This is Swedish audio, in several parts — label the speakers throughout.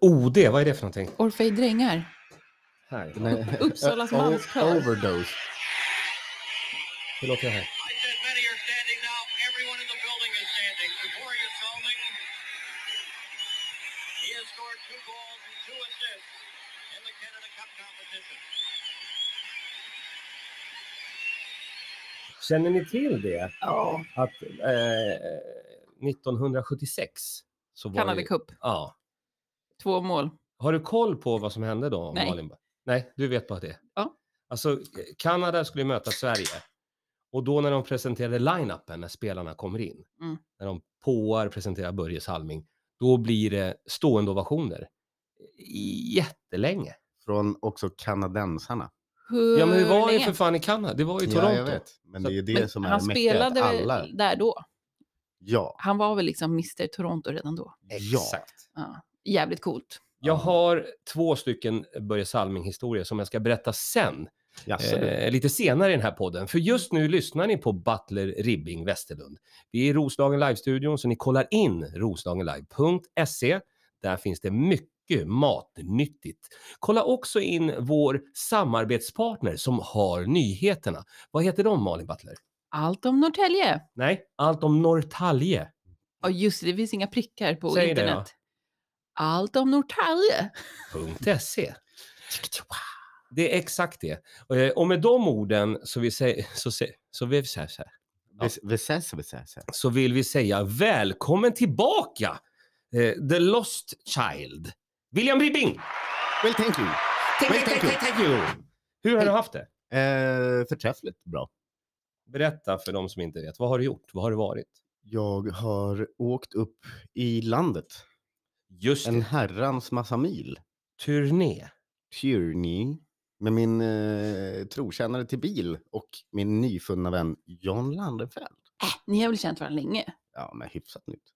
Speaker 1: OD, vad är det för någonting?
Speaker 2: Orfej Drängar.
Speaker 1: Här.
Speaker 3: Nej.
Speaker 2: Uppsalas
Speaker 3: O-
Speaker 2: manskör.
Speaker 3: Overdose.
Speaker 1: Hur låter det här?
Speaker 4: Like that many are standing now. Everyone in the building is standing. Gregorius is holding. He has scored two goals and two assists in the Canada Cup competition.
Speaker 1: Känner ni till det?
Speaker 3: Ja.
Speaker 1: Att eh, 1976 så var
Speaker 2: Canada
Speaker 1: det...
Speaker 2: Cup.
Speaker 1: Ja.
Speaker 2: Två mål.
Speaker 1: Har du koll på vad som hände då?
Speaker 2: Nej.
Speaker 1: Malin? Nej, du vet bara det?
Speaker 2: Ja.
Speaker 1: Alltså, eh, Kanada skulle möta Sverige. Och då när de presenterade line-upen, när spelarna kommer in,
Speaker 2: Mm.
Speaker 1: när de påar presenterar Börje Salming, då blir det stående ovationer. I- Jättelänge.
Speaker 3: Från också kanadensarna.
Speaker 2: Hur
Speaker 1: Ja, men vi var ju
Speaker 2: länge?
Speaker 1: för fan i Kanada. Det var ju i
Speaker 3: Ja, jag
Speaker 1: Toronto.
Speaker 3: vet. Men det är ju det
Speaker 2: Men
Speaker 3: som är
Speaker 2: han
Speaker 3: mäktigt,
Speaker 2: spelade
Speaker 3: att
Speaker 2: väl
Speaker 3: alla.
Speaker 2: där då?
Speaker 3: Ja.
Speaker 2: Han var väl liksom Mr Toronto redan då?
Speaker 3: Ja.
Speaker 1: Exakt.
Speaker 2: Ja. Jävligt coolt.
Speaker 1: Jag
Speaker 3: Ja.
Speaker 1: har två stycken Börje Salming-historier som jag ska berätta sen,
Speaker 3: Jaså, du.
Speaker 1: eh, lite senare i den här podden. För just nu lyssnar ni på Butler Ribbing Westerlund. Vi är i Roslagen Live-studion, så ni kollar in roslagenlive.se. E. Där finns det mycket matnyttigt. Kolla också in vår samarbetspartner som har nyheterna. Vad heter de, Malin Butler?
Speaker 2: Allt om Norrtälje.
Speaker 1: Nej, Allt om Norrtälje.
Speaker 2: Ja, just det. Det finns inga prickar på
Speaker 1: Säg det då.
Speaker 2: internet. Allt om Norrtälje.
Speaker 1: .se. E. Det är exakt det. Eh, Och med de orden så vill, sä- så sä- så vill, så här- så här. Ja.
Speaker 3: Vis- Visses, visses.
Speaker 1: så vill vi säga välkommen tillbaka! eh, The Lost Child. William Ribbing!
Speaker 3: Well, thank you.
Speaker 1: Thank
Speaker 3: Well,
Speaker 1: you,
Speaker 3: thank
Speaker 1: thank you, thank you. Hur har du haft det?
Speaker 3: Eh, förträffligt bra.
Speaker 1: Berätta för de som inte vet. Vad har du gjort? Vad har du varit?
Speaker 3: Jag har åkt upp i landet
Speaker 1: Just
Speaker 3: en
Speaker 1: en
Speaker 3: herrans massa mil.
Speaker 1: turné.
Speaker 3: Tierney med min eh, trotjänare till bil och min nyfunna vän John Landefeld.
Speaker 2: Ni har väl känt varandra länge?
Speaker 3: Ja, men hyfsat nytt.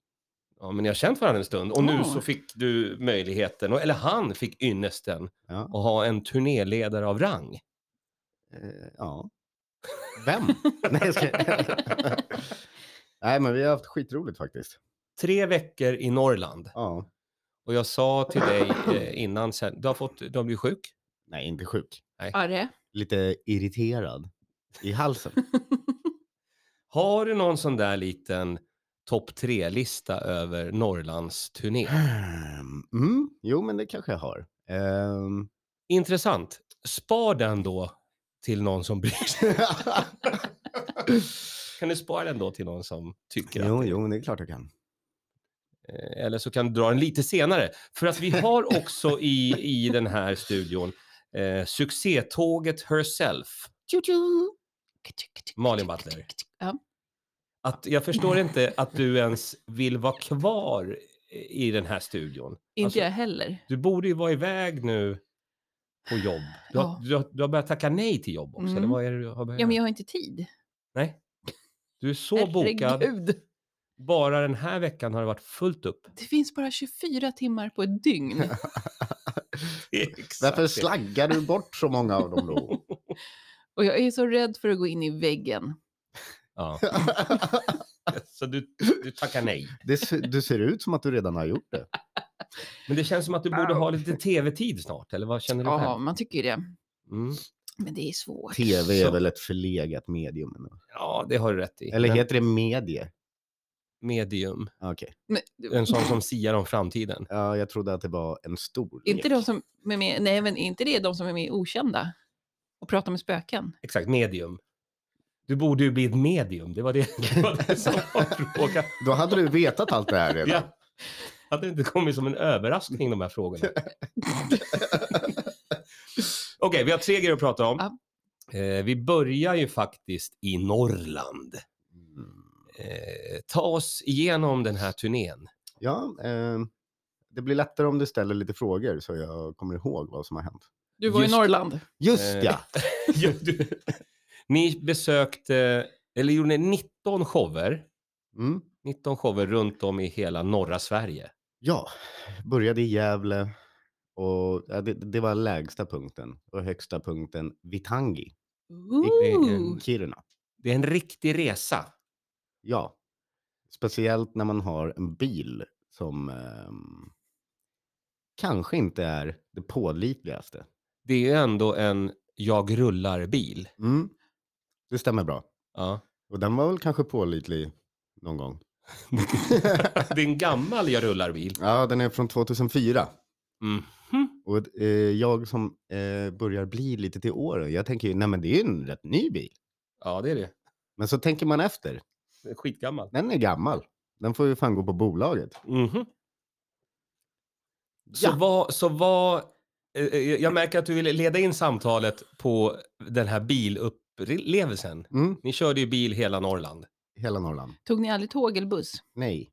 Speaker 1: Ja, men ni har känt varandra en stund och nu
Speaker 2: Ja.
Speaker 1: så fick du möjligheten, och- eller han fick ynnesten,
Speaker 3: Ja.
Speaker 1: att ha en turnéledare av rang.
Speaker 3: Eh, ja. Vem? Nej, jag ska... Nej, men vi har haft skitroligt faktiskt.
Speaker 1: Tre veckor i Norrland.
Speaker 3: Ja.
Speaker 1: Och jag sa till dig eh, innan, sen, du har, fått, du har blivit sjuk.
Speaker 3: Nej, inte sjuk.
Speaker 2: Arre?
Speaker 3: Lite irriterad i halsen.
Speaker 1: Har du någon sån där liten topp tre-lista över Norrlands turné?
Speaker 3: Mm, jo, men det kanske jag har. Ehm,
Speaker 1: Intressant. Spar den då till någon som bryr sig. Kan du spara den då till någon som tycker att...
Speaker 3: jo, jo, men det är klart jag kan.
Speaker 1: eh, Eller så kan du dra den lite senare. För att vi har också i, i den här studion eh, succétåget Herself.
Speaker 2: Tju-tju.
Speaker 1: Malin Butler.
Speaker 2: Ja.
Speaker 1: Att jag förstår inte att du ens vill vara kvar i den här studion.
Speaker 2: Inte
Speaker 1: Alltså-
Speaker 2: jag heller.
Speaker 1: Du borde ju vara iväg nu på jobb. Du har,
Speaker 2: Ja.
Speaker 1: du har, du har börjat tacka nej till jobb också, eller
Speaker 2: Mm.
Speaker 1: vad är det du har börjat
Speaker 2: Ja, men jag
Speaker 1: göra?
Speaker 2: har inte tid.
Speaker 1: Nej. Du är så bokad.
Speaker 2: Herregud.
Speaker 1: Bara den här veckan har det varit fullt upp.
Speaker 2: Det finns bara 24 timmar på ett dygn.
Speaker 3: Varför slaggar du bort så många av dem då?
Speaker 2: Och jag är så rädd för att gå in i väggen.
Speaker 1: Ja. Så du, du tackar nej.
Speaker 3: Det, ser- du ser ut som att du redan har gjort det.
Speaker 1: Men det känns som att du borde ha lite tv-tid snart, eller vad känner du
Speaker 2: Ja,
Speaker 1: själv?
Speaker 2: man tycker ju det.
Speaker 1: Mm.
Speaker 2: Men det är svårt.
Speaker 3: Tv
Speaker 1: Så.
Speaker 3: är väl ett förlegat medium? nu?
Speaker 1: Ja, det har du rätt i.
Speaker 3: Eller
Speaker 1: Men
Speaker 3: heter det medier?
Speaker 1: medium,
Speaker 3: Okej.
Speaker 2: Men, du-
Speaker 1: en sån som siar om framtiden.
Speaker 3: Ja, jag trodde att det var en stor lek.
Speaker 2: inte de som är med, nej, men inte det de som är med i Okända och pratar med spöken.
Speaker 1: Exakt, medium. Du borde ju bli ett medium, det var det, det, var det som var frågan.
Speaker 3: Då hade du vetat allt det här redan.
Speaker 1: Ja. Hade det inte kommit som en överraskning de här frågorna? Okej, vi har tre grejer att prata om. Eh, vi börjar ju faktiskt i Norrland.
Speaker 3: Mm.
Speaker 1: Eh, ta oss igenom den här turnén.
Speaker 3: Ja, eh, det blir lättare om du ställer lite frågor så jag kommer ihåg vad som har hänt.
Speaker 2: Du var
Speaker 1: Just-
Speaker 2: i Norrland.
Speaker 3: Just
Speaker 1: Eh,
Speaker 3: ja!
Speaker 1: Ja, du- Ni besökte, eller gjorde 19 shower,
Speaker 3: Mm.
Speaker 1: 19 shower runt om i hela norra Sverige.
Speaker 3: Ja, började i Gävle och ja, det, det var lägsta punkten och högsta punkten Vitangi,
Speaker 1: det är en-
Speaker 2: Ooh.
Speaker 3: Kiruna.
Speaker 1: Det är en riktig resa.
Speaker 3: Ja, speciellt när man har en bil som ehm, kanske inte är det pålitligaste.
Speaker 1: Det är ju ändå en jag rullar-bil.
Speaker 3: Mm. Det stämmer bra.
Speaker 1: Ja.
Speaker 3: Och den var väl kanske pålitlig någon gång.
Speaker 1: Det är en gammal jag rullar-bil.
Speaker 3: Ja, den är från 2004.
Speaker 1: Mm.
Speaker 3: Och eh, jag som eh, börjar bli lite till åren, jag tänker ju, nej men det är ju en rätt ny bil.
Speaker 1: Ja, det är det.
Speaker 3: Men så tänker man efter,
Speaker 1: Det är Skitgammal.
Speaker 3: den är gammal. Den får ju fan gå på bolaget.
Speaker 1: Mhm. Så
Speaker 3: Ja.
Speaker 1: vad, så vad, eh, eh, jag märker att du vill leda in samtalet på den här bilupplevelsen.
Speaker 3: Mm.
Speaker 1: Ni körde ju bil hela Norrland.
Speaker 3: Hela Norrland.
Speaker 2: Tog ni aldrig tåg eller buss?
Speaker 3: Nej,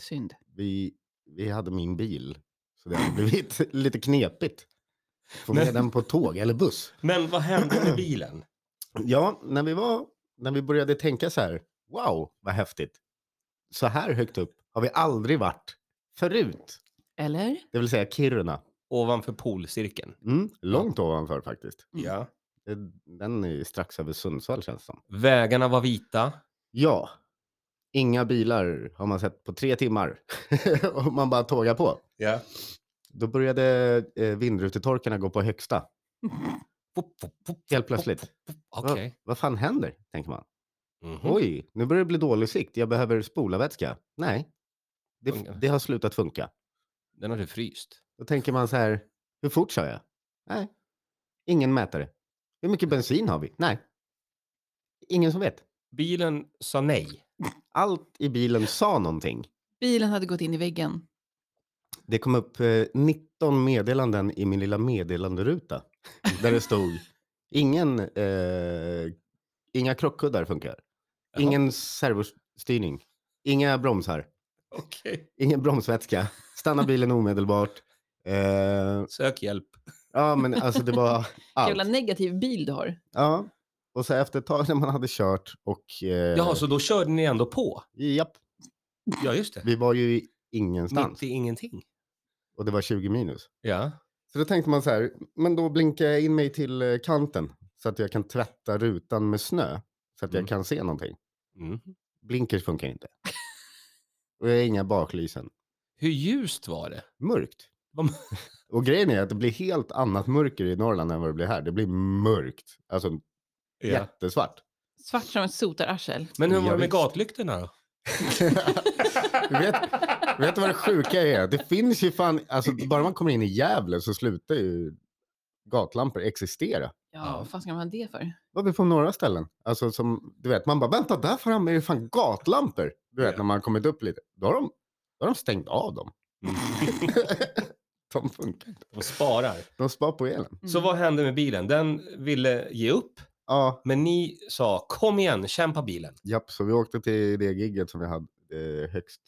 Speaker 2: Synd.
Speaker 3: vi, vi hade min bil. Så det har blivit lite knepigt. Få med
Speaker 1: Men-
Speaker 3: den på tåg eller buss.
Speaker 1: Men vad hände med bilen?
Speaker 3: Ja, när vi, var, när vi började tänka så här, wow, vad häftigt. Så här högt upp har vi aldrig varit förut.
Speaker 2: Eller?
Speaker 3: Det vill säga Kiruna.
Speaker 1: Ovanför polcirkeln.
Speaker 3: Mm, långt ovanför faktiskt.
Speaker 2: Mm.
Speaker 1: Ja.
Speaker 3: Det- Den är ju strax över Sundsvall känns det som.
Speaker 1: Vägarna var vita.
Speaker 3: Ja, inga bilar har man sett på tre timmar. och man bara tågar på.
Speaker 1: Ja.
Speaker 3: Då började eh, vindrutetorkarna gå på högsta. Helt plötsligt.
Speaker 1: Okej.
Speaker 3: Vad fan händer? Tänker man.
Speaker 1: Mhm.
Speaker 3: Oj, nu börjar det bli dålig sikt. Jag behöver spolarvätska. Nej, det,
Speaker 1: Funkar.
Speaker 3: det har slutat funka.
Speaker 1: Den har du fryst.
Speaker 3: Då tänker man så här, hur fort kör jag? Nej, ingen mätare. Hur mycket bensin har vi? Nej, ingen som vet.
Speaker 1: Bilen sa nej.
Speaker 3: Allt i bilen sa någonting.
Speaker 2: Bilen hade gått in i väggen.
Speaker 3: Det kom upp eh, 19 meddelanden i min lilla meddelanderuta. Där det stod, ingen, eh, inga krockkuddar funkar.
Speaker 1: Jaha.
Speaker 3: Ingen servostyrning. Inga bromsar.
Speaker 1: Okej.
Speaker 3: Ingen bromsvätska. Stanna bilen omedelbart. Eh,
Speaker 1: Sök hjälp.
Speaker 3: ja, men alltså det var allt.
Speaker 2: Jävla negativ bil du har.
Speaker 3: Ja, och så efter ett tag när man hade kört och... Eh,
Speaker 1: Jaha, så då körde ni ändå på?
Speaker 3: Japp,
Speaker 1: Ja, just det.
Speaker 3: vi var ju i
Speaker 1: Mitt
Speaker 3: ingenstans
Speaker 1: i ingenting.
Speaker 3: och det var 20 minus.
Speaker 1: Ja.
Speaker 3: Så då tänkte man så här, men då blinkar jag in mig till eh, kanten så att jag kan tvätta rutan med snö så att
Speaker 1: Mm.
Speaker 3: jag kan se någonting.
Speaker 1: Mm.
Speaker 3: Blinkers funkar inte. Och jag har inga baklysen.
Speaker 1: Hur ljust var det?
Speaker 3: Mörkt.
Speaker 1: Vad-
Speaker 3: Och grejen är att det blir helt annat mörker i Norrland än vad det blir här. Det blir mörkt. Alltså jättesvart.
Speaker 2: Svart som ett sotararsel.
Speaker 1: Men hur var
Speaker 3: Ja,
Speaker 1: det med
Speaker 3: visst.
Speaker 1: gatlyktorna då?
Speaker 3: vet, vet du vad det sjuka är? Det finns ju fan, alltså bara man kommer in i Gävle så slutar ju gatlampor existera.
Speaker 2: Ja,
Speaker 1: Ja.
Speaker 2: vad fan ska man ha det för?
Speaker 3: Vad vi på några ställen. Alltså som, du vet, man bara vänta, där framme är ju fan gatlampor. Du vet,
Speaker 1: Ja.
Speaker 3: när man har kommit upp lite. Då har de, då har de stängt av dem. de funkar inte.
Speaker 1: Mm. De sparar.
Speaker 3: De spar på elen.
Speaker 2: Mm.
Speaker 1: Så vad hände med bilen? Den ville ge upp,
Speaker 3: Ja,
Speaker 1: men ni sa kom igen, kämpa bilen.
Speaker 3: japp, så vi åkte till det gigget som vi hade eh, högst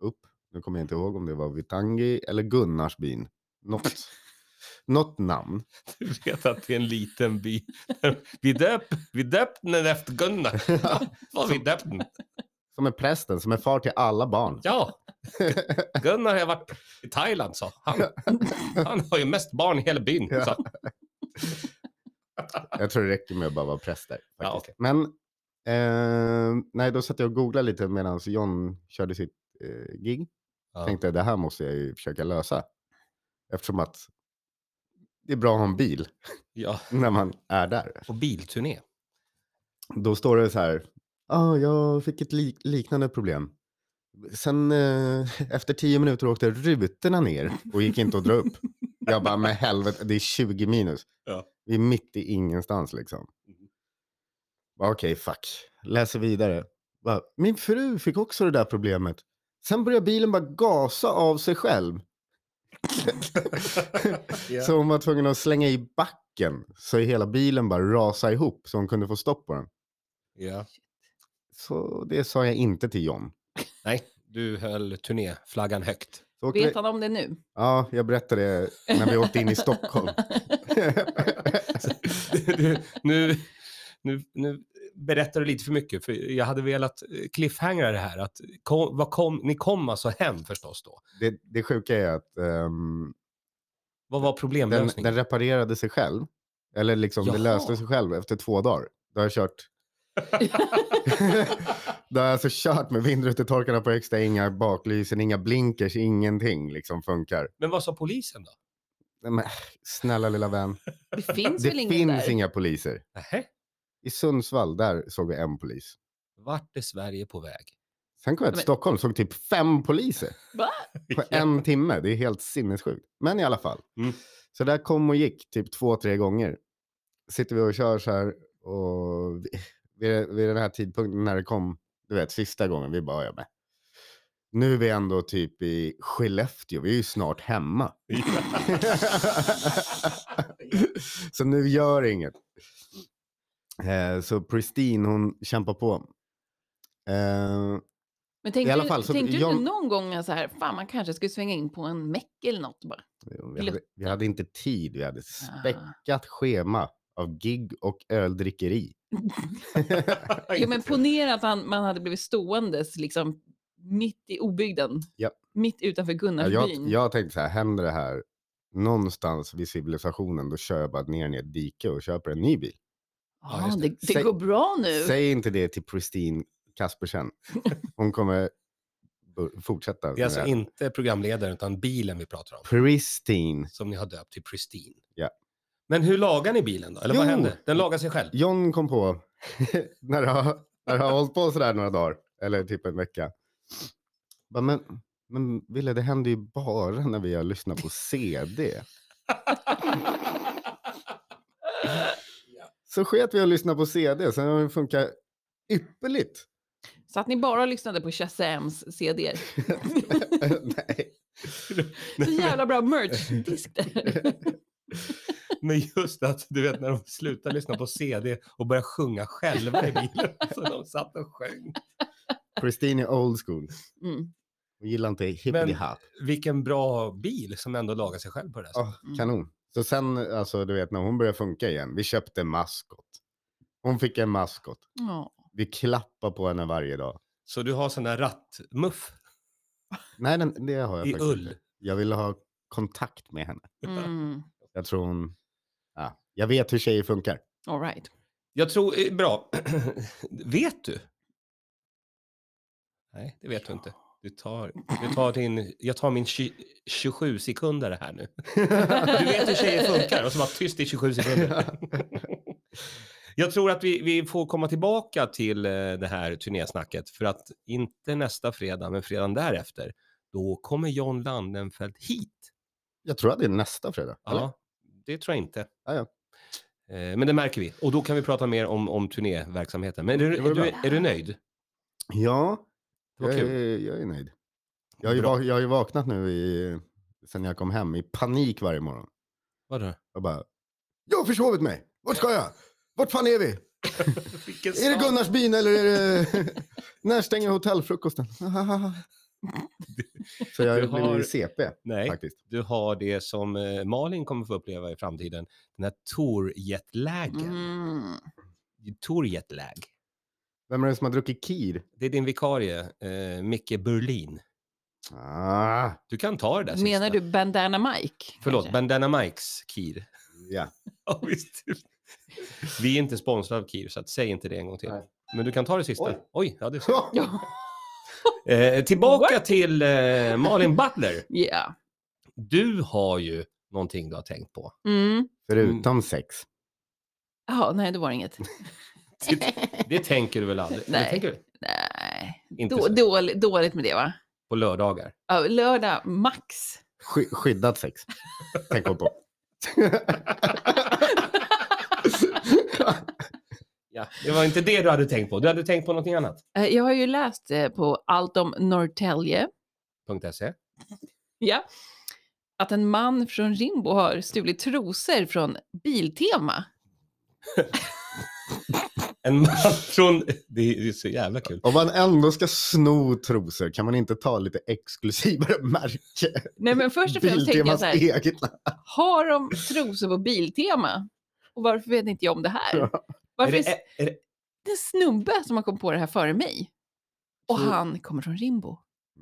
Speaker 3: upp. Nu kommer jag inte ihåg om det var Vitangi eller Gunnarsbyn. Något, något namn.
Speaker 1: Du vet att det är en liten by. Vi döpte vi döpt den efter Gunnar. Var vi döpt den?
Speaker 3: Som är prästen, som är far till alla barn.
Speaker 1: Ja, Gunnar har varit i Thailand sa han. Han har ju mest barn i hela byn.
Speaker 3: Ja.
Speaker 1: sa han.
Speaker 3: Jag tror det räcker med att bara vara präst där.
Speaker 1: Ja,
Speaker 3: faktiskt.
Speaker 1: okej.
Speaker 3: Men, eh, nej, då satt jag och googlade lite medan John körde sitt eh, gig.
Speaker 1: Ja.
Speaker 3: Tänkte det här måste jag ju försöka lösa. Eftersom att det är bra att ha en bil
Speaker 1: Ja.
Speaker 3: när man är där.
Speaker 1: På bilturné.
Speaker 3: Då står det så här, ah, jag fick ett lik- liknande problem. Sen eh, efter tio minuter åkte rutorna ner och gick inte att dra upp. Jag bara, men helvete, det är 20 minus.
Speaker 1: Ja.
Speaker 3: Vi är mitt i ingenstans liksom. Bara, Okej, fuck. Läser vidare. Bara, Min fru fick också det där problemet. Sen började bilen bara gasa av sig själv. Så hon var tvungen att slänga i backen så hela bilen bara rasade ihop så hon kunde få stopp på den.
Speaker 1: Ja.
Speaker 3: Så det sa jag inte till John.
Speaker 1: Nej, du höll turnéflaggan högt.
Speaker 3: Så åkte vi-
Speaker 2: Vet han om det nu?
Speaker 3: Ja, jag berättade det när vi åkte in i Stockholm.
Speaker 1: Du, nu, nu, nu berättar du lite för mycket, för jag hade velat eh, cliffhangera det här. Att kom, vad kom, ni kom alltså hem förstås då.
Speaker 3: det, det sjuka är att ehm,
Speaker 1: Vad var
Speaker 3: den,
Speaker 1: problemlösningen?
Speaker 3: den reparerade sig själv. Eller liksom, det
Speaker 1: Jaha.
Speaker 3: löste sig själv efter två dagar. Då har jag kört Då har jag alltså kört med vindrutetorkarna på extra, inga baklysen, inga blinkers, ingenting liksom funkar.
Speaker 1: Men vad sa polisen då?
Speaker 3: Nej, Men, äh, snälla lilla vän,
Speaker 2: Det finns
Speaker 3: det
Speaker 2: väl ingen
Speaker 3: finns
Speaker 2: där?
Speaker 3: inga poliser.
Speaker 1: Nähä,
Speaker 3: I Sundsvall, där såg vi en polis.
Speaker 1: vart är Sverige på väg?
Speaker 3: Sen kom jag till
Speaker 2: Men-
Speaker 3: Stockholm såg typ fem poliser
Speaker 2: Va?
Speaker 3: på en timme. Det är helt sinnessjukt. Men i alla fall.
Speaker 1: Mm.
Speaker 3: Så där kom och gick typ två, tre gånger. Sitter vi och kör så här och vi- vid, vid den här tidpunkten när det kom, du vet, sista gången, vi bara, ja men. Nu är vi ändå typ i Skellefteå, vi är ju snart hemma. så nu gör det inget. Eh, så Pristine, hon kämpar på. Eh,
Speaker 2: Men tänkte,
Speaker 3: I alla
Speaker 2: du-
Speaker 3: fall så-
Speaker 2: tänkte du
Speaker 3: jag-
Speaker 2: inte någon gång så här, fan man kanske skulle svänga in på en meck eller något bara?
Speaker 3: Vi hade, vi hade inte tid, vi hade
Speaker 2: Ah.
Speaker 3: späckat schema av gig och öldrickeri.
Speaker 2: Jo men ponera att han, man hade blivit ståendes liksom mitt i obygden.
Speaker 3: Ja.
Speaker 2: Mitt utanför
Speaker 3: Ja, jag,
Speaker 2: Gunnarsbyn.
Speaker 3: jag tänkte så här, händer det här någonstans vid civilisationen, då kör jag bara ner i ett dike och köper en ny bil.
Speaker 1: Ja,
Speaker 2: Ja,
Speaker 1: just
Speaker 2: det,
Speaker 1: det.
Speaker 2: Ah, det
Speaker 3: Säg-
Speaker 2: går bra nu.
Speaker 3: Säg inte det till Pristine Kaspersen. Hon kommer bu- fortsätta. med
Speaker 1: Det är alltså
Speaker 3: här.
Speaker 1: inte programledaren utan bilen vi pratar om.
Speaker 3: Pristine.
Speaker 1: Som ni har döpt till Pristine.
Speaker 3: Ja.
Speaker 1: Men hur lagar ni bilen då? Eller vad
Speaker 3: Jo.
Speaker 1: hände? Den lagar sig själv?
Speaker 3: John kom på, när jag har- när jag har hållit på sådär några dagar, eller typ en vecka. Bara, men, men Wille, det händer ju bara när vi har lyssnat på CD. Så sket vi att lyssna på CD, sen har det funkat ypperligt.
Speaker 2: Så att ni bara lyssnade på Shazams CD.
Speaker 3: Nej.
Speaker 2: Så jävla bra merch-disk där.
Speaker 1: Men just att du vet när de slutar lyssna på CD och börjar sjunga själva i bilen. Så de satt och sjöng.
Speaker 3: Christine är old school.
Speaker 2: Mm.
Speaker 3: Hon gillar inte hippity hop.
Speaker 1: Vilken bra bil som ändå lagar sig själv på det här sättet.
Speaker 3: Ja, Alltså, kanon. Så sen, alltså du vet när hon började funka igen, vi köpte maskot. Hon fick en maskot.
Speaker 2: Ja.
Speaker 3: Vi klappar på henne varje dag.
Speaker 1: Så du har sån där rattmuff
Speaker 3: Nej, den, det har jag
Speaker 1: i
Speaker 3: faktiskt
Speaker 1: ull.
Speaker 3: inte. Jag ville ha kontakt med henne.
Speaker 2: Mm.
Speaker 3: Jag tror hon... Ja, jag vet hur tjejer funkar.
Speaker 2: All right.
Speaker 1: Jag tror, eh, bra. vet du? Nej, det vet du inte. Du tar, du tar din, jag tar min 27 sekunder här nu. Du vet hur tjejer funkar och så var tyst i 27 sekunder. Jag tror att vi, vi får komma tillbaka till eh, det här turnésnacket för att inte nästa fredag, men fredagen därefter, då kommer John Landenfeld hit.
Speaker 3: Jag tror att det är nästa fredag. eller?
Speaker 1: Ja, det tror jag inte.
Speaker 3: Ja, ja.
Speaker 1: Eh, Men det märker vi och då kan vi prata mer om, om turnéverksamheten. Men är du,
Speaker 3: Det var
Speaker 1: är, du,
Speaker 2: bra.
Speaker 1: är du nöjd?
Speaker 3: ja
Speaker 1: Det var
Speaker 3: jag,
Speaker 1: kul.
Speaker 3: är, jag är nöjd. Jag har, ju
Speaker 1: Bra.
Speaker 3: va- jag har ju vaknat nu i, sen jag kom hem i panik varje morgon.
Speaker 1: Vadå?
Speaker 3: Jag bara, jag har försovit mig. Vart ska jag? Vart fan är vi? Är det Gunnarsbyn eller är det... När stänger hotellfrukosten? Så jag
Speaker 1: Du
Speaker 3: har
Speaker 1: har-
Speaker 3: blivit CP
Speaker 1: Nej,
Speaker 3: faktiskt.
Speaker 1: du har det som eh, Malin kommer få uppleva i framtiden. Den här tourjetlagen.
Speaker 2: Mm.
Speaker 1: Tourjetlag.
Speaker 3: Vem är det som har druckit Kir?
Speaker 1: Det är din vikarie, eh, Micke Berlin.
Speaker 3: Ah,
Speaker 1: Du kan ta det där sista.
Speaker 2: Menar du Bandana Mike?
Speaker 1: Förlåt,
Speaker 2: kanske?
Speaker 1: Bandana Mikes Kir.
Speaker 3: ja.
Speaker 1: Ja, visst. Vi är inte sponsrade av Kir, så att säg inte det en gång till.
Speaker 3: Nej.
Speaker 1: Men du kan ta det sista. Oj,
Speaker 3: Oj.
Speaker 1: ja, det är så.
Speaker 3: Ja.
Speaker 1: Eh, tillbaka till eh, Malin Butler.
Speaker 2: Ja. Yeah.
Speaker 1: Du har ju någonting du har tänkt på.
Speaker 2: Mm.
Speaker 3: Förutom sex.
Speaker 2: Jaha, nej, det var inget.
Speaker 1: Det tänker du väl aldrig? Eller
Speaker 2: Nej.
Speaker 1: Tänker du?
Speaker 2: nej.
Speaker 1: Inte
Speaker 2: Då,
Speaker 1: så.
Speaker 2: dåligt, dåligt med det, va?
Speaker 1: På lördagar.
Speaker 2: Ja, lördag, max.
Speaker 3: Sky- skyddat sex. Tänk hon på.
Speaker 1: Ja, det var inte det du hade tänkt på. Du hade tänkt på någonting annat.
Speaker 2: Eh, Jag har ju läst eh, på allt om Norrtälje.
Speaker 1: Punkt E. .se.
Speaker 2: Ja. Att en man från Rimbo har stulit trosor från Biltema.
Speaker 1: En man från... Det är, det är så jävla kul.
Speaker 3: Om man ändå ska sno trosor, kan man inte ta lite exklusivare märke?
Speaker 2: Nej, men först och främst tänkte jag så här,
Speaker 3: eget namn.
Speaker 2: har de trosor på Biltema? Och varför vet inte jag om det här?
Speaker 1: Är
Speaker 2: Varför är
Speaker 1: det,
Speaker 2: det
Speaker 1: är det,
Speaker 2: en snubbe som har kommit på det här före mig? Och
Speaker 3: Tror-
Speaker 2: han kommer från Rimbo.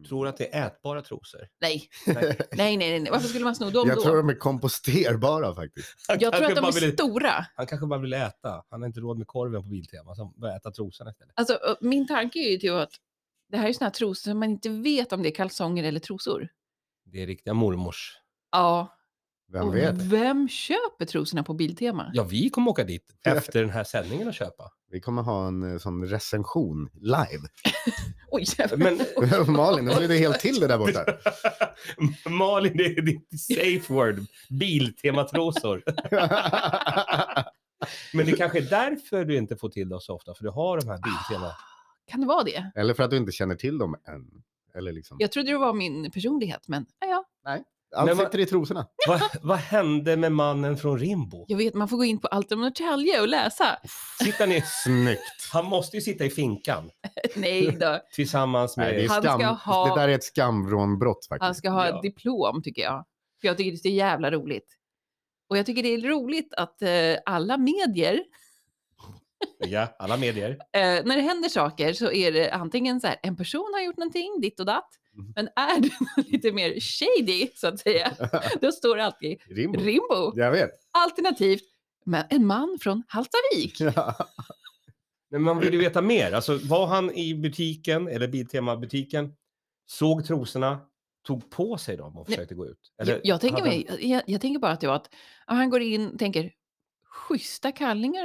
Speaker 1: Tror du att det är ätbara trosor?
Speaker 2: Nej. nej, nej, nej, nej. Varför skulle man sno dem
Speaker 3: Jag
Speaker 2: då?
Speaker 3: tror de är komposterbara faktiskt.
Speaker 1: Han
Speaker 2: jag
Speaker 1: kanske
Speaker 2: tror att de
Speaker 1: bara
Speaker 2: är
Speaker 1: vill-
Speaker 2: stora.
Speaker 1: Han kanske bara vill äta. Han har inte råd med korven på Biltema, så han börjar äta trosorna istället.
Speaker 2: Alltså, ö, min tanke är ju typ att det här är såna här trosor som man inte vet om det är kalsonger eller trosor.
Speaker 1: Det är riktiga mormors.
Speaker 2: Ja,
Speaker 3: Vem
Speaker 2: och
Speaker 3: vet?
Speaker 2: vem köper trosorna på Biltema?
Speaker 1: Ja, vi kommer åka dit efter den här sändningen och köpa.
Speaker 3: Vi kommer ha en eh, sån recension live.
Speaker 2: Oj, jävlar.
Speaker 1: Men
Speaker 3: Malin, det blev det helt till det där borta.
Speaker 1: Malin, det är ditt safe word. Biltematrosor. Men det kanske är därför du inte får till det så ofta, för du har de här biltema.
Speaker 2: Kan det vara det?
Speaker 3: Eller för att du inte känner till dem än. Eller liksom.
Speaker 2: Jag trodde det var min personlighet, men ja, ja.
Speaker 3: Allt
Speaker 1: Men vad-
Speaker 3: sitter i trosorna.
Speaker 1: Vad, vad hände med mannen från Rimbo?
Speaker 2: jag vet man får gå in på Allt om Norrtälje och läsa.
Speaker 1: Sitter ni...
Speaker 3: Snyggt.
Speaker 1: Han måste ju sitta i finkan
Speaker 2: Nej då,
Speaker 1: tillsammans med...
Speaker 3: Nej, det, är
Speaker 2: Han ska
Speaker 3: skam... Alltså,
Speaker 2: ha-
Speaker 3: det där är ett skamvrånbrott faktiskt.
Speaker 2: han ska ha
Speaker 1: Ja.
Speaker 2: ett diplom tycker jag. För jag tycker det är jävla roligt. Och jag tycker det är roligt att eh, alla medier
Speaker 1: Ja, alla medier.
Speaker 2: Eh, när det händer saker så är det antingen så här, en person har gjort någonting, ditt och datt.
Speaker 1: Mhm.
Speaker 3: Mm.
Speaker 2: Men är det lite mer shady, så att säga, då står det alltid
Speaker 3: Rimbo.
Speaker 2: Rimbo.
Speaker 3: Jag vet.
Speaker 2: Alternativt, men en man från Halstavik.
Speaker 1: Men man vill ju veta mer. Alltså, var han i butiken eller Biltema-butiken, såg trosorna, tog på sig dem och
Speaker 2: Nej.
Speaker 1: försökte gå ut? Eller
Speaker 2: Jag, jag, tänker
Speaker 1: hade han-
Speaker 2: mig, jag, jag tänker bara att det var att ja, han går in och tänker, schyssta kallingar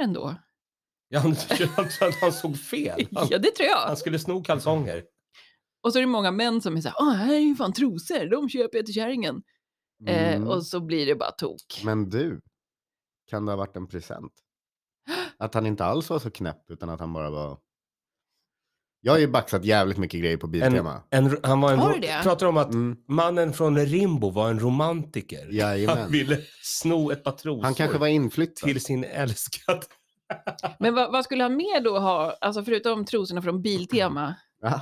Speaker 2: ändå.
Speaker 1: Ja, han, han, han, han såg fel. Han,
Speaker 2: Ja, det tror jag.
Speaker 1: han skulle sno kalsonger.
Speaker 2: Och så är det många män som är så här, "Åh, här är ju fan trosor, de köper jag till kärringen.
Speaker 3: Mm.
Speaker 2: Eh, och så blir det bara tok.
Speaker 3: Men du, kan det ha varit en present? Att han inte alls var så knäpp, utan att han bara var... Jag har ju baxat jävligt mycket grejer på Biltema.
Speaker 1: En, han var en,
Speaker 2: Har du det?
Speaker 1: Pratar om att
Speaker 3: Mm,
Speaker 1: mannen från Rimbo var en romantiker. Han
Speaker 3: jajamän.
Speaker 1: ville sno ett par trosor
Speaker 3: Han kanske var inflyttad.
Speaker 1: till sin älskade.
Speaker 2: Men vad, vad skulle han mer då ha, alltså förutom trosorna från Biltema?
Speaker 3: Ja.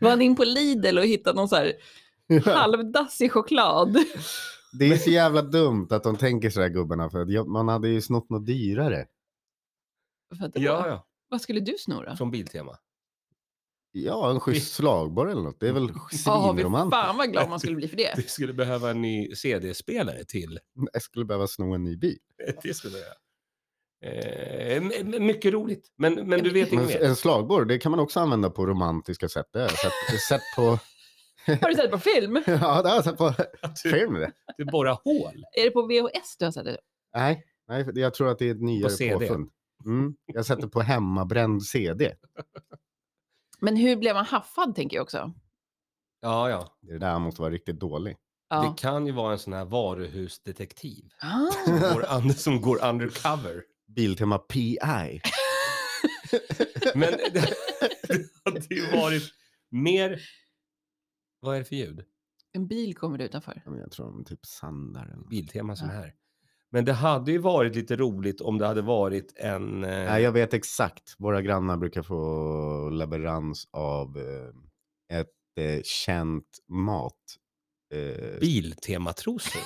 Speaker 2: Var han in på Lidl och hittade någon så här halvdassig choklad?
Speaker 3: Det är så jävla dumt att de tänker sådär gubbarna, för att jag, man hade ju snott något dyrare.
Speaker 2: Vadå?
Speaker 1: Ja,
Speaker 2: Vad skulle du sno då?
Speaker 1: ja. Från Biltema.
Speaker 3: Ja, en schysst slagborr eller något. Det är väl
Speaker 2: Ja, vi
Speaker 3: svinromantiskt.
Speaker 2: fan vad glad man skulle bli för det.
Speaker 1: Du skulle behöva en ny CD-spelare till.
Speaker 3: Jag skulle behöva sno en ny bil.
Speaker 1: Det skulle jag. Eh, m- m- mycket roligt, men, men du vet inget
Speaker 3: Men
Speaker 1: mer.
Speaker 3: en slagborr, det kan man också använda på romantiska sätt. Det har jag sett, sett på...
Speaker 2: Har du sett på film?
Speaker 3: Ja, det har jag sett på
Speaker 1: Att Du,
Speaker 3: film. det.
Speaker 1: du borrar hål.
Speaker 2: Är det på VHS du har sett det?
Speaker 3: Nej, nej, för jag tror att det är ett nyare
Speaker 1: CD.
Speaker 3: påfund. Mm, jag sätter på hemmabränd CD.
Speaker 2: Men hur blev man haffad tänker jag också.
Speaker 1: Ja, ja.
Speaker 3: Det där måste vara riktigt dålig.
Speaker 2: Ja.
Speaker 1: Det kan ju vara en sån här varuhusdetektiv
Speaker 2: Ah,
Speaker 1: som går, un- som går undercover.
Speaker 3: Biltema PI.
Speaker 1: Men det, det hade ju varit mer... Vad är det för ljud?
Speaker 2: en bil kommer det utanför.
Speaker 3: Ja, men Jag tror de typ sandar eller något.
Speaker 1: Biltema som
Speaker 2: Ja.
Speaker 1: här. Men det hade ju varit lite roligt om det hade varit en... eh,
Speaker 3: Nej, jag vet exakt. Våra grannar brukar få leverans av eh, ett eh, känt mat. eh,
Speaker 1: Biltematrosor.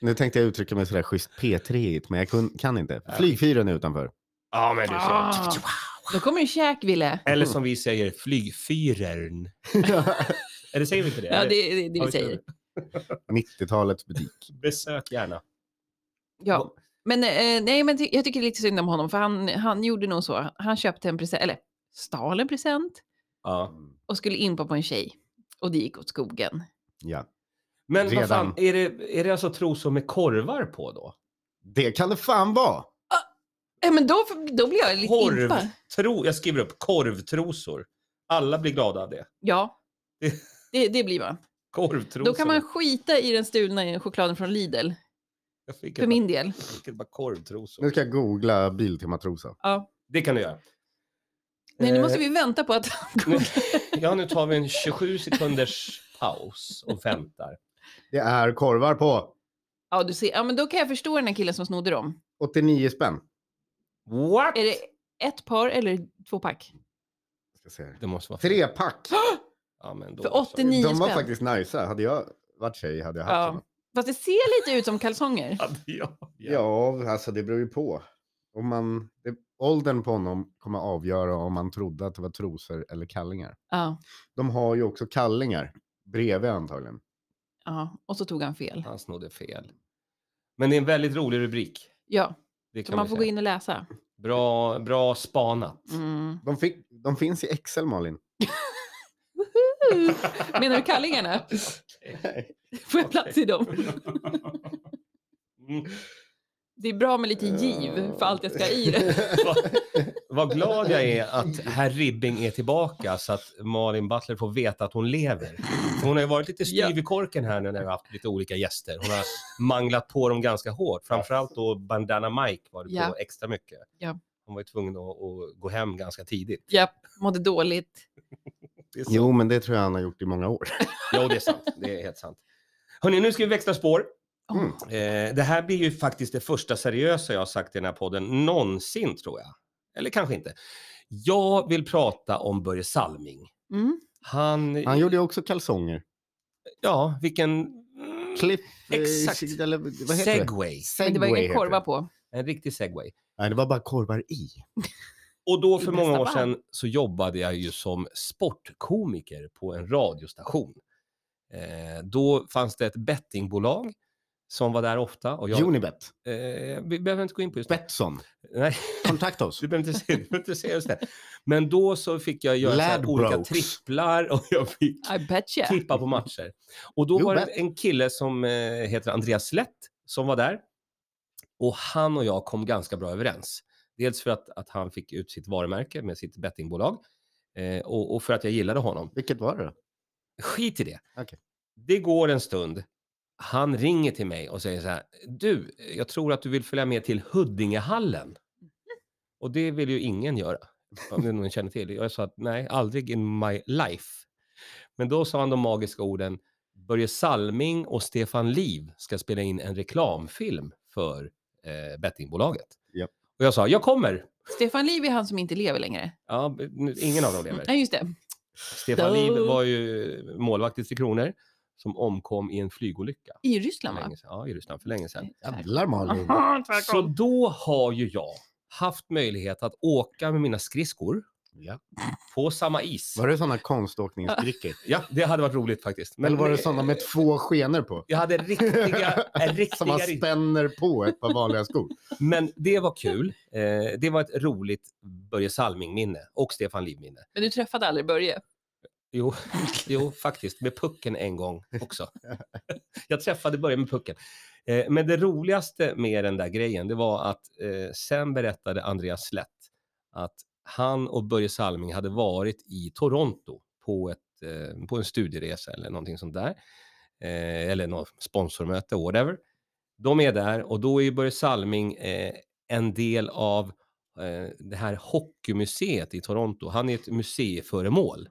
Speaker 3: nu tänkte jag uttrycka mig sådär schysst p 3 men jag kun, kan inte.
Speaker 1: Nej.
Speaker 3: Flygfyren är utanför.
Speaker 1: Ja, men du
Speaker 2: Ah,
Speaker 1: ser.
Speaker 2: då kommer det käk, Ville.
Speaker 1: Eller som vi säger, flygfyrern. Eller säger vi inte det?
Speaker 2: Ja, det är det,
Speaker 1: Har
Speaker 2: vi säger.
Speaker 3: 90-talets butik.
Speaker 1: Besök gärna.
Speaker 2: Ja. Men, eh, nej, men ty- jag tycker lite synd om honom, för han, han gjorde nog så. Han köpte en present, eller stal en present
Speaker 1: Ja.
Speaker 2: och skulle impa på en tjej. Och det gick åt skogen.
Speaker 3: Ja.
Speaker 1: Men vad fan,
Speaker 3: Redan.
Speaker 1: är det, är det alltså trosor med korvar på då?
Speaker 3: Det kan det fan vara!
Speaker 2: Ja, Eh, men då, då blir jag lite impad.
Speaker 1: Korvtro, jag skriver upp korvtrosor. Alla blir glada av det.
Speaker 2: Ja,
Speaker 1: Det-
Speaker 2: det, det blir man.
Speaker 1: Korvtrosor.
Speaker 2: Då kan man skita i den stulna chokladen från Lidl,
Speaker 1: Jag fick
Speaker 2: för
Speaker 1: ett-
Speaker 2: min del.
Speaker 1: jag fick ett par korvtrosor.
Speaker 3: Nu ska jag googla Biltema-trosa.
Speaker 2: Ja.
Speaker 1: Det kan du göra.
Speaker 2: Nej, nu
Speaker 1: Eh,
Speaker 2: måste vi vänta på att
Speaker 1: nu, ja, nu tar vi en 27 sekunders paus och väntar.
Speaker 3: Det är korvar på
Speaker 2: Ja, du ser. Ja, men då kan jag förstå den här killen som snodde dem.
Speaker 3: 89 spänn.
Speaker 1: What?
Speaker 2: Är det ett par eller två pack?
Speaker 3: Ska se. här.
Speaker 1: Det måste vara
Speaker 3: Trepack!
Speaker 1: Ja, men då
Speaker 2: För
Speaker 1: så.
Speaker 2: 89
Speaker 3: De var
Speaker 2: spänn.
Speaker 3: faktiskt najsa. Hade jag varit tjej hade jag haft
Speaker 2: Ja.
Speaker 3: såna.
Speaker 2: Fast det ser lite ut som kalsonger.
Speaker 1: Ja, det- ja, ja.
Speaker 3: Ja, alltså det beror ju på. Om man, det, åldern på honom kommer avgöra om han trodde att det var trosor eller kallingar.
Speaker 2: Ja,
Speaker 3: De har ju också kallingar bredvid antagligen.
Speaker 2: ja. Och så tog han fel.
Speaker 1: Han snodde fel. Men det är en väldigt rolig rubrik.
Speaker 2: Ja,
Speaker 1: Det
Speaker 2: så
Speaker 1: kan
Speaker 2: man får
Speaker 1: säga.
Speaker 2: gå in och läsa.
Speaker 1: Bra, bra spanat.
Speaker 2: Mm.
Speaker 3: De, fick, de finns i Excel, Malin.
Speaker 2: Woohoo! Menar du kallingarna? Får jag plats i dem?
Speaker 1: Mm.
Speaker 2: Det är bra med lite giv för allt jag ska i det.
Speaker 1: Vad glad jag är att herr Ribbing är tillbaka så att Malin Butler får veta att hon lever. För Hon har ju varit lite styv i korken här nu när vi har haft lite olika gäster. Hon har manglat på dem ganska hårt. Framförallt då Bandana Mike var det på
Speaker 2: Ja.
Speaker 1: extra mycket.
Speaker 2: Ja.
Speaker 1: Hon var ju tvungen att, att gå hem ganska tidigt.
Speaker 2: Japp, mådde dåligt.
Speaker 1: Det är så.
Speaker 3: Jo, men det tror jag han har gjort i många år.
Speaker 1: Jo, det är sant. Det är helt sant. Hörni, nu ska vi växla spår.
Speaker 2: Åh,
Speaker 3: Mm.
Speaker 1: Eh, det här blir ju faktiskt det första seriösa jag har sagt i den här podden någonsin, tror jag. Eller kanske inte. Jag vill prata om Börje Salming.
Speaker 2: Mm.
Speaker 1: Han,
Speaker 3: Han gjorde ju också kalsonger.
Speaker 1: ja, vilken
Speaker 3: Klipp. eh,
Speaker 1: Exakt.
Speaker 3: sig- Eller, vad heter det?
Speaker 1: segway.
Speaker 3: Segway
Speaker 2: Men det var ingen
Speaker 3: heter
Speaker 2: korva
Speaker 3: det.
Speaker 2: på.
Speaker 1: En riktig segway.
Speaker 3: Nej, det var bara korvar i.
Speaker 1: Och då
Speaker 2: I
Speaker 1: för
Speaker 2: bästa
Speaker 1: många år
Speaker 2: fall.
Speaker 1: sedan så jobbade jag ju som sportkomiker på en radiostation. Eh, då fanns det ett bettingbolag som var där ofta. Och jag,
Speaker 3: Unibet.
Speaker 1: eh, vi behöver inte gå in på just det.
Speaker 3: Betsson.
Speaker 1: Nej.
Speaker 3: Kontakta oss.
Speaker 1: Du behöver inte se, du behöver inte se just det. Men då så fick jag göra så här
Speaker 3: Ladbrokes.
Speaker 1: olika tripplar och jag fick
Speaker 2: I betcha.
Speaker 1: tippa på matcher. Och då
Speaker 3: You
Speaker 1: var det
Speaker 3: bet.
Speaker 1: en kille som eh, heter Andreas Lett som var där. Och han och jag kom ganska bra överens. Dels för att, att han fick ut sitt varumärke med sitt bettingbolag eh, och, och för att jag gillade honom.
Speaker 3: Vilket var det då?
Speaker 1: Skit i det.
Speaker 3: Okej.
Speaker 1: Det går en stund. Han ringer till mig och säger så här. Du, jag tror att du vill följa med till Huddingehallen. Och det vill ju ingen göra. Om det är någon känner till. Jag sa att nej, aldrig in my life. Men då sa han de magiska orden. Börje Salming och Stefan Liv ska spela in en reklamfilm för eh, bettingbolaget.
Speaker 3: Japp.
Speaker 1: Och jag sa, jag kommer.
Speaker 2: Stefan Liv är han som inte lever längre.
Speaker 1: Ja, b- nu- ingen av dem lever.
Speaker 2: Nej, just det.
Speaker 1: Stefan Liv
Speaker 2: Duh.
Speaker 1: var ju målvakt i Tre Kronor som omkom i en flygolycka.
Speaker 2: I
Speaker 1: för
Speaker 2: Ryssland, va?
Speaker 1: länge sedan. Ja, i Ryssland för länge sedan.
Speaker 3: Jävlar Malin.
Speaker 1: Mm. Så då har ju jag haft möjlighet att åka med mina skridskor
Speaker 3: Ja.
Speaker 1: på samma is.
Speaker 3: Var det sådana konståkningsbrickor?
Speaker 1: Ja, det hade varit roligt faktiskt.
Speaker 3: Eller var det sådana med
Speaker 1: eh,
Speaker 3: två skenor på?
Speaker 1: Jag hade riktiga,
Speaker 3: Som man
Speaker 1: riktiga rit-
Speaker 3: spänner på ett par vanliga skor.
Speaker 1: men det var kul. Eh, det var ett roligt Börje Salming-minne och Stefan Liv-minne.
Speaker 2: Men du träffade aldrig Börje?
Speaker 1: Jo, jo, faktiskt. Med pucken en gång också. Jag träffade Börje med pucken. Eh, Men det roligaste med den där grejen, det var att eh, sen berättade Andreas Slett att han och Börje Salming hade varit i Toronto på, ett, eh, på en studieresa eller någonting sånt där. Eh, eller något sponsormöte, whatever. De är där och då är ju Börje Salming eh, en del av eh, det här hockeymuseet i Toronto. Han är ett museiföremål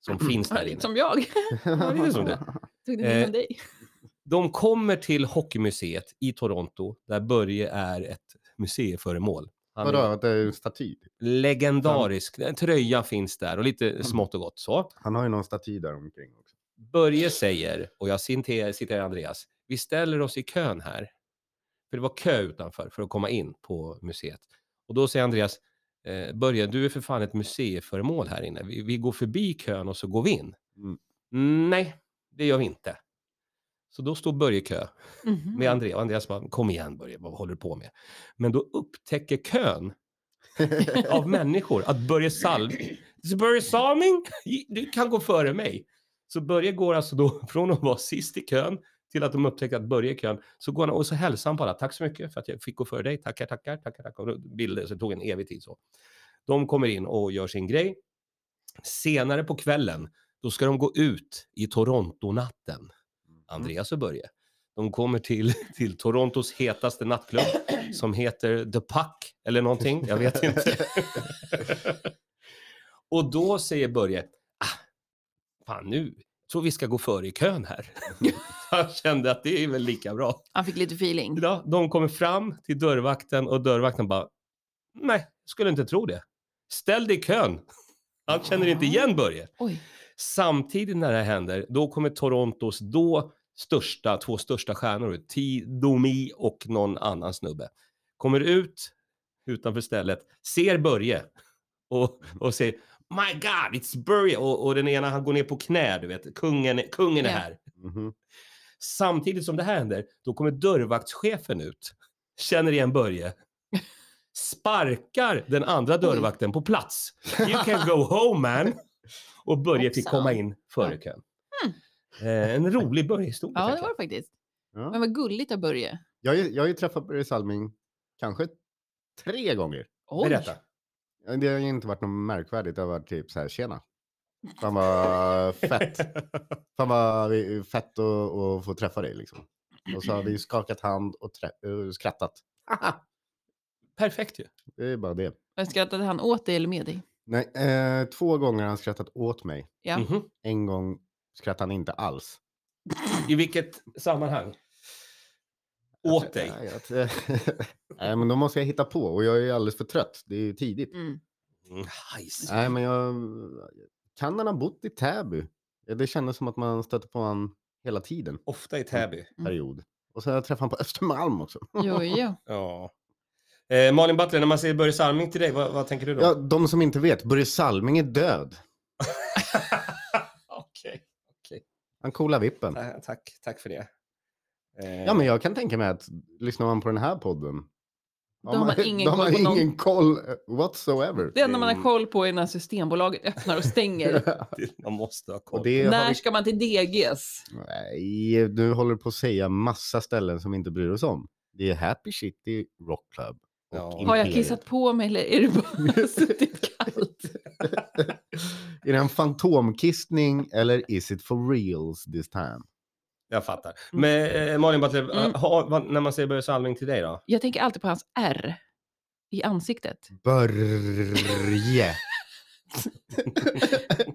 Speaker 1: som finns där inne.
Speaker 2: Lite som jag.
Speaker 1: Ja, lite som det.
Speaker 2: Tog det med
Speaker 1: Eh,
Speaker 2: dig?
Speaker 1: De kommer till hockeymuseet i Toronto där Börje är ett museiföremål. Han
Speaker 3: Vadå,
Speaker 1: är
Speaker 3: att det är en staty?
Speaker 1: legendarisk. En tröja finns där och
Speaker 3: Mm.
Speaker 1: lite smått och gott så.
Speaker 3: Han har ju någon staty där omkring också.
Speaker 1: Börje säger, och jag citerar citerar Andreas, vi ställer oss i kön här. För det var kö utanför för att komma in på museet. Och då säger Andreas, eh, Börje, du är för fan ett museiföremål här inne. Vi, vi går förbi kön och så går vi in.
Speaker 3: Mm.
Speaker 1: Nej, det gör vi inte. Så då står Börje i kö
Speaker 2: Mhm.
Speaker 1: med Andreas. Och Andreas bara, kom igen Börje, vad håller du på med? Men då upptäcker kön av människor att Börje Salm, Så Börje Salming, du kan gå före mig. Så Börje går alltså då från att vara sist i kön till att de upptäcker att Börje är i kön. Så går han och så hälsar han på alla. Tack så mycket för att jag fick gå före dig. Tackar, tackar, tackar, tackar. Och då bilder, så det tog en evig tid så. De kommer in och gör sin grej. Senare på kvällen, då ska de gå ut i Toronto-natten.
Speaker 3: Mm.
Speaker 1: Andreas och Börje. De kommer till, till Torontos hetaste nattklubb som heter The Puck eller någonting. Jag vet inte. och då säger Börje, ah, fan nu tror vi ska gå före i kön här. Han kände att det är väl lika bra.
Speaker 2: Han fick lite feeling.
Speaker 1: Ja, de kommer fram till dörrvakten och dörrvakten bara, nej, skulle inte tro det. Ställ dig i kön. Han känner inte igen Börje.
Speaker 2: Oj.
Speaker 1: Samtidigt när det här händer, då kommer Torontos då största, två största stjärnor ut, T. Domi och någon annan snubbe, kommer ut utanför stället, ser Börje och, och säger My God, it's Börje! Och, och den ena han går ner på knä, du vet, kungen, kungen är
Speaker 2: Ja.
Speaker 1: här.
Speaker 3: Mhm.
Speaker 1: Samtidigt som det här händer, då kommer dörrvaktschefen ut, känner igen Börje, sparkar den andra dörrvakten på plats. You can go home man! Och Börje fick
Speaker 2: Hoppsan.
Speaker 1: komma in före kön. Eh, en rolig Börje-historia.
Speaker 2: Ja, det
Speaker 1: tänker
Speaker 2: var
Speaker 1: jag.
Speaker 2: det faktiskt.
Speaker 3: Ja.
Speaker 2: Men vad gulligt av Börje.
Speaker 3: Jag, har ju- jag har ju träffat Börje Salming kanske tre gånger. Eh,
Speaker 2: Oj.
Speaker 1: Berätta.
Speaker 3: Det har ju inte varit något märkvärdigt. Det har varit typ så här, tjena. Fan vad fett. Fan vad vi- fett att, att få träffa dig liksom. Och så har vi skakat hand och trä- eh, skrattat.
Speaker 1: Perfekt ju.
Speaker 3: Det är bara det.
Speaker 2: Men Skrattade han åt dig eller med dig?
Speaker 3: Nej, eh, två gånger har han skrattat åt mig.
Speaker 2: Ja.
Speaker 1: Mhm.
Speaker 3: En gång skrattade han inte alls.
Speaker 1: I vilket sammanhang? Åt dig.
Speaker 3: Nej, jag- Nej, men då måste jag hitta på och jag är ju alldeles för trött. Det är ju tidigt.
Speaker 2: Mm.
Speaker 1: Mm, hajs.
Speaker 3: Nej, men jag... Kan han ha bott i Täby? Ja, Det kändes som att man stötte på honom hela tiden.
Speaker 2: Mm.
Speaker 1: Ofta i Täby.
Speaker 3: Period. Och sen har jag träffat honom på Östermalm också.
Speaker 2: Jo, jo.
Speaker 1: Ja. Eh, Malin Butler, när man säger Börje Salming till dig, vad, vad tänker du då?
Speaker 3: Ja, de som inte vet, Börje Salming är död.
Speaker 1: Okej, okej.
Speaker 3: Han coola vippen.
Speaker 1: Ta- Tack, tack för det. Eh,
Speaker 3: Ja, men jag kan tänka mig att lyssnar man på den här podden.
Speaker 2: Då har man ingen
Speaker 3: de har
Speaker 2: koll på någon.
Speaker 3: ingen koll eh, whatsoever.
Speaker 2: Det enda man har koll på är när Systembolaget öppnar och stänger.
Speaker 1: Man måste ha koll.
Speaker 3: Och det har
Speaker 2: när
Speaker 3: vi...
Speaker 2: ska man till DGs?
Speaker 3: Nej, du håller på att säga massa ställen som vi inte bryr oss om. Det är Happy City Rock Club. och
Speaker 1: Ja.
Speaker 2: Har jag
Speaker 3: Imperiet.
Speaker 2: kissat på mig eller är det bara suttit kallt?
Speaker 3: Är det en fantomkissning eller is it for reals this time?
Speaker 1: Jag fattar. Men eh, Malin Butler,
Speaker 2: Mm.
Speaker 1: ha, vad, när man säger Börje Salming till dig då?
Speaker 2: Jag tänker alltid på hans R i ansiktet.
Speaker 3: Börje.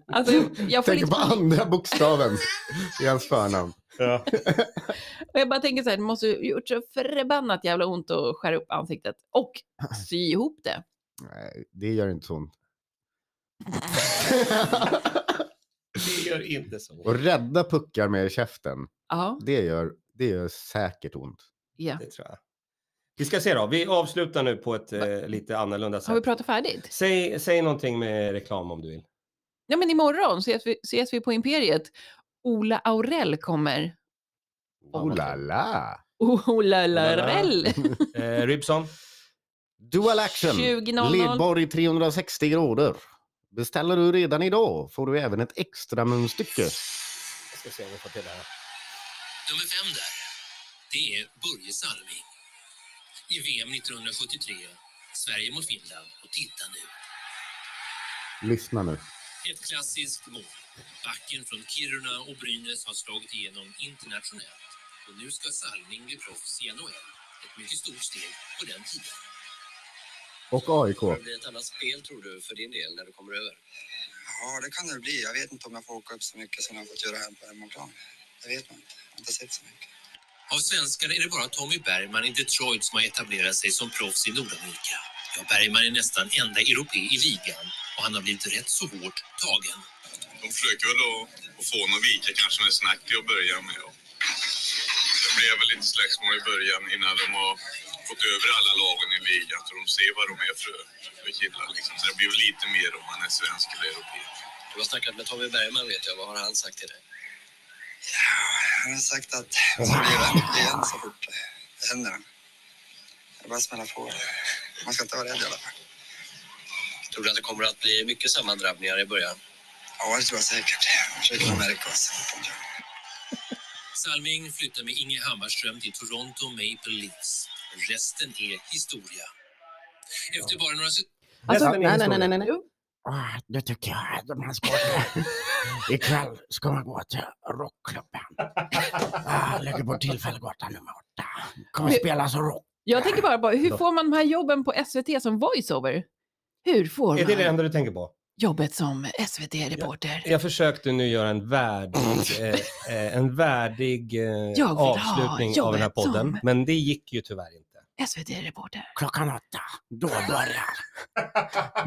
Speaker 2: Alltså, jag, får
Speaker 3: Tänk
Speaker 2: lite
Speaker 3: på
Speaker 2: panik.
Speaker 3: andra bokstaven i hans förnamn.
Speaker 1: Ja.
Speaker 2: Och jag bara tänker så här, det måste ju gjort så förbannat jävla ont att skära upp ansiktet och sy ihop det.
Speaker 3: Nej, det gör inte så ont.
Speaker 1: Det gör inte så.
Speaker 3: Och rädda puckar med käften,
Speaker 2: Ja,
Speaker 3: det gör, det gör säkert ont.
Speaker 2: ja.
Speaker 1: Det tror jag. Vi ska se då. Vi avslutar nu på ett eh, lite annorlunda
Speaker 2: Har vi
Speaker 1: sätt.
Speaker 2: pratat färdigt?
Speaker 1: Säg, säg någonting med reklam om du vill.
Speaker 2: Ja, men imorgon ses vi, ses vi på Imperiet. Ola Aurell kommer.
Speaker 3: Oh la la!
Speaker 2: Ola
Speaker 1: la.
Speaker 2: Aurell!
Speaker 1: Eh, Ribson?
Speaker 3: Dual action!
Speaker 2: 20.00.
Speaker 3: Ledborg 360 grader. Beställer du redan idag får du även ett extra munstycke.
Speaker 1: Jag ska se om vi får till det här.
Speaker 5: Nummer fem där, det är Börje Salming. I VM 1973, Sverige mot Finland och titta nu.
Speaker 3: Lyssna nu.
Speaker 5: Ett klassiskt mål. Backen från Kiruna och Brynäs har slagit igenom internationellt. Och nu ska Salming bli proffs i NHL. Ett mycket stort steg på den tiden.
Speaker 3: Och AIK.
Speaker 5: Kommer det bli ett annat spel tror du för din del när du kommer över?
Speaker 4: Ja, det kan det bli. Jag vet inte om jag får åka upp så mycket som jag har fått göra här på hemmaplan. Det vet man inte. Jag har inte sett så mycket.
Speaker 5: Av svenskarna är det bara Tommy Bergman i Detroit som har etablerat sig som proffs i Nordamerika. Ja, Bergman är nästan enda europé i ligan och han har blivit rätt så hårt tagen.
Speaker 6: De försöker väl att, att få honom att vika kanske med snack till att börja med. Och Det blev väl lite slagsmål i början innan de har fått över alla lagen i ligan. Så de ser vad de är för, för killar. Liksom. Så det blir väl lite mer om man är svensk eller europé.
Speaker 5: Du har snackat med Tommy Bergman vet jag. Vad har han sagt till dig?
Speaker 4: Han har sagt att så blir det igen så fort det händer. Jag bara smäller på. Man ska inte vara rädd i alla fall.
Speaker 5: Tror du att det kommer att bli mycket sammandrabbningar i början?
Speaker 4: Ja, det tror jag säkert. Jag försöker att märka oss.
Speaker 5: Salming flyttar med Inge Hammarström till Toronto Maple Leafs. Resten är historia. Efter bara några sekunder
Speaker 2: Alltså,
Speaker 1: Resten är historia.
Speaker 3: nej, nej.
Speaker 7: Ah, nu tycker jag att man ska åka. Ikväll ska man gå till rockklubben. Ah, lägger på Tillfällegatan nummer åtta. Kommer
Speaker 2: Hur-
Speaker 7: spelas rock.
Speaker 2: Jag tänker bara, på, hur får man de här jobben på SVT som voiceover? Hur får man
Speaker 1: Är det det enda du tänker på?
Speaker 2: jobbet som SVT-reporter?
Speaker 1: Jag försökte nu göra en värdig, eh, eh, en värdig eh,
Speaker 2: vill ha
Speaker 1: avslutning av den här
Speaker 2: jobbet
Speaker 1: podden,
Speaker 2: som-
Speaker 1: men det gick ju tyvärr inte.
Speaker 2: SVT-reporter.
Speaker 7: Klockan åtta. Då börjar.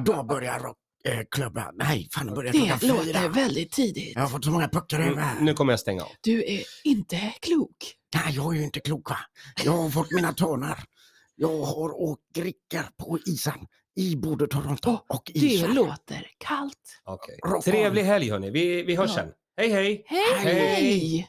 Speaker 7: Då börjar rockklubben. Eh, klubben. Nej, fan det börjar klockan
Speaker 2: Det låter
Speaker 7: fyra.
Speaker 2: väldigt tidigt.
Speaker 7: Jag har fått så många puckar över.
Speaker 1: Nu, nu kommer jag stänga av.
Speaker 2: Du är inte klok.
Speaker 7: Nej, jag är ju inte klok va. Jag har fått mina toner. Jag har åkt grickar på isen i både Toronto
Speaker 2: Åh,
Speaker 7: och
Speaker 2: Det
Speaker 7: Island.
Speaker 2: låter kallt.
Speaker 1: Okej.
Speaker 7: Rock on.
Speaker 1: Trevlig helg hörni. Vi, vi hörs
Speaker 2: Ja.
Speaker 1: sen. Hej hej!
Speaker 2: Hej!
Speaker 1: Hej.
Speaker 2: hej.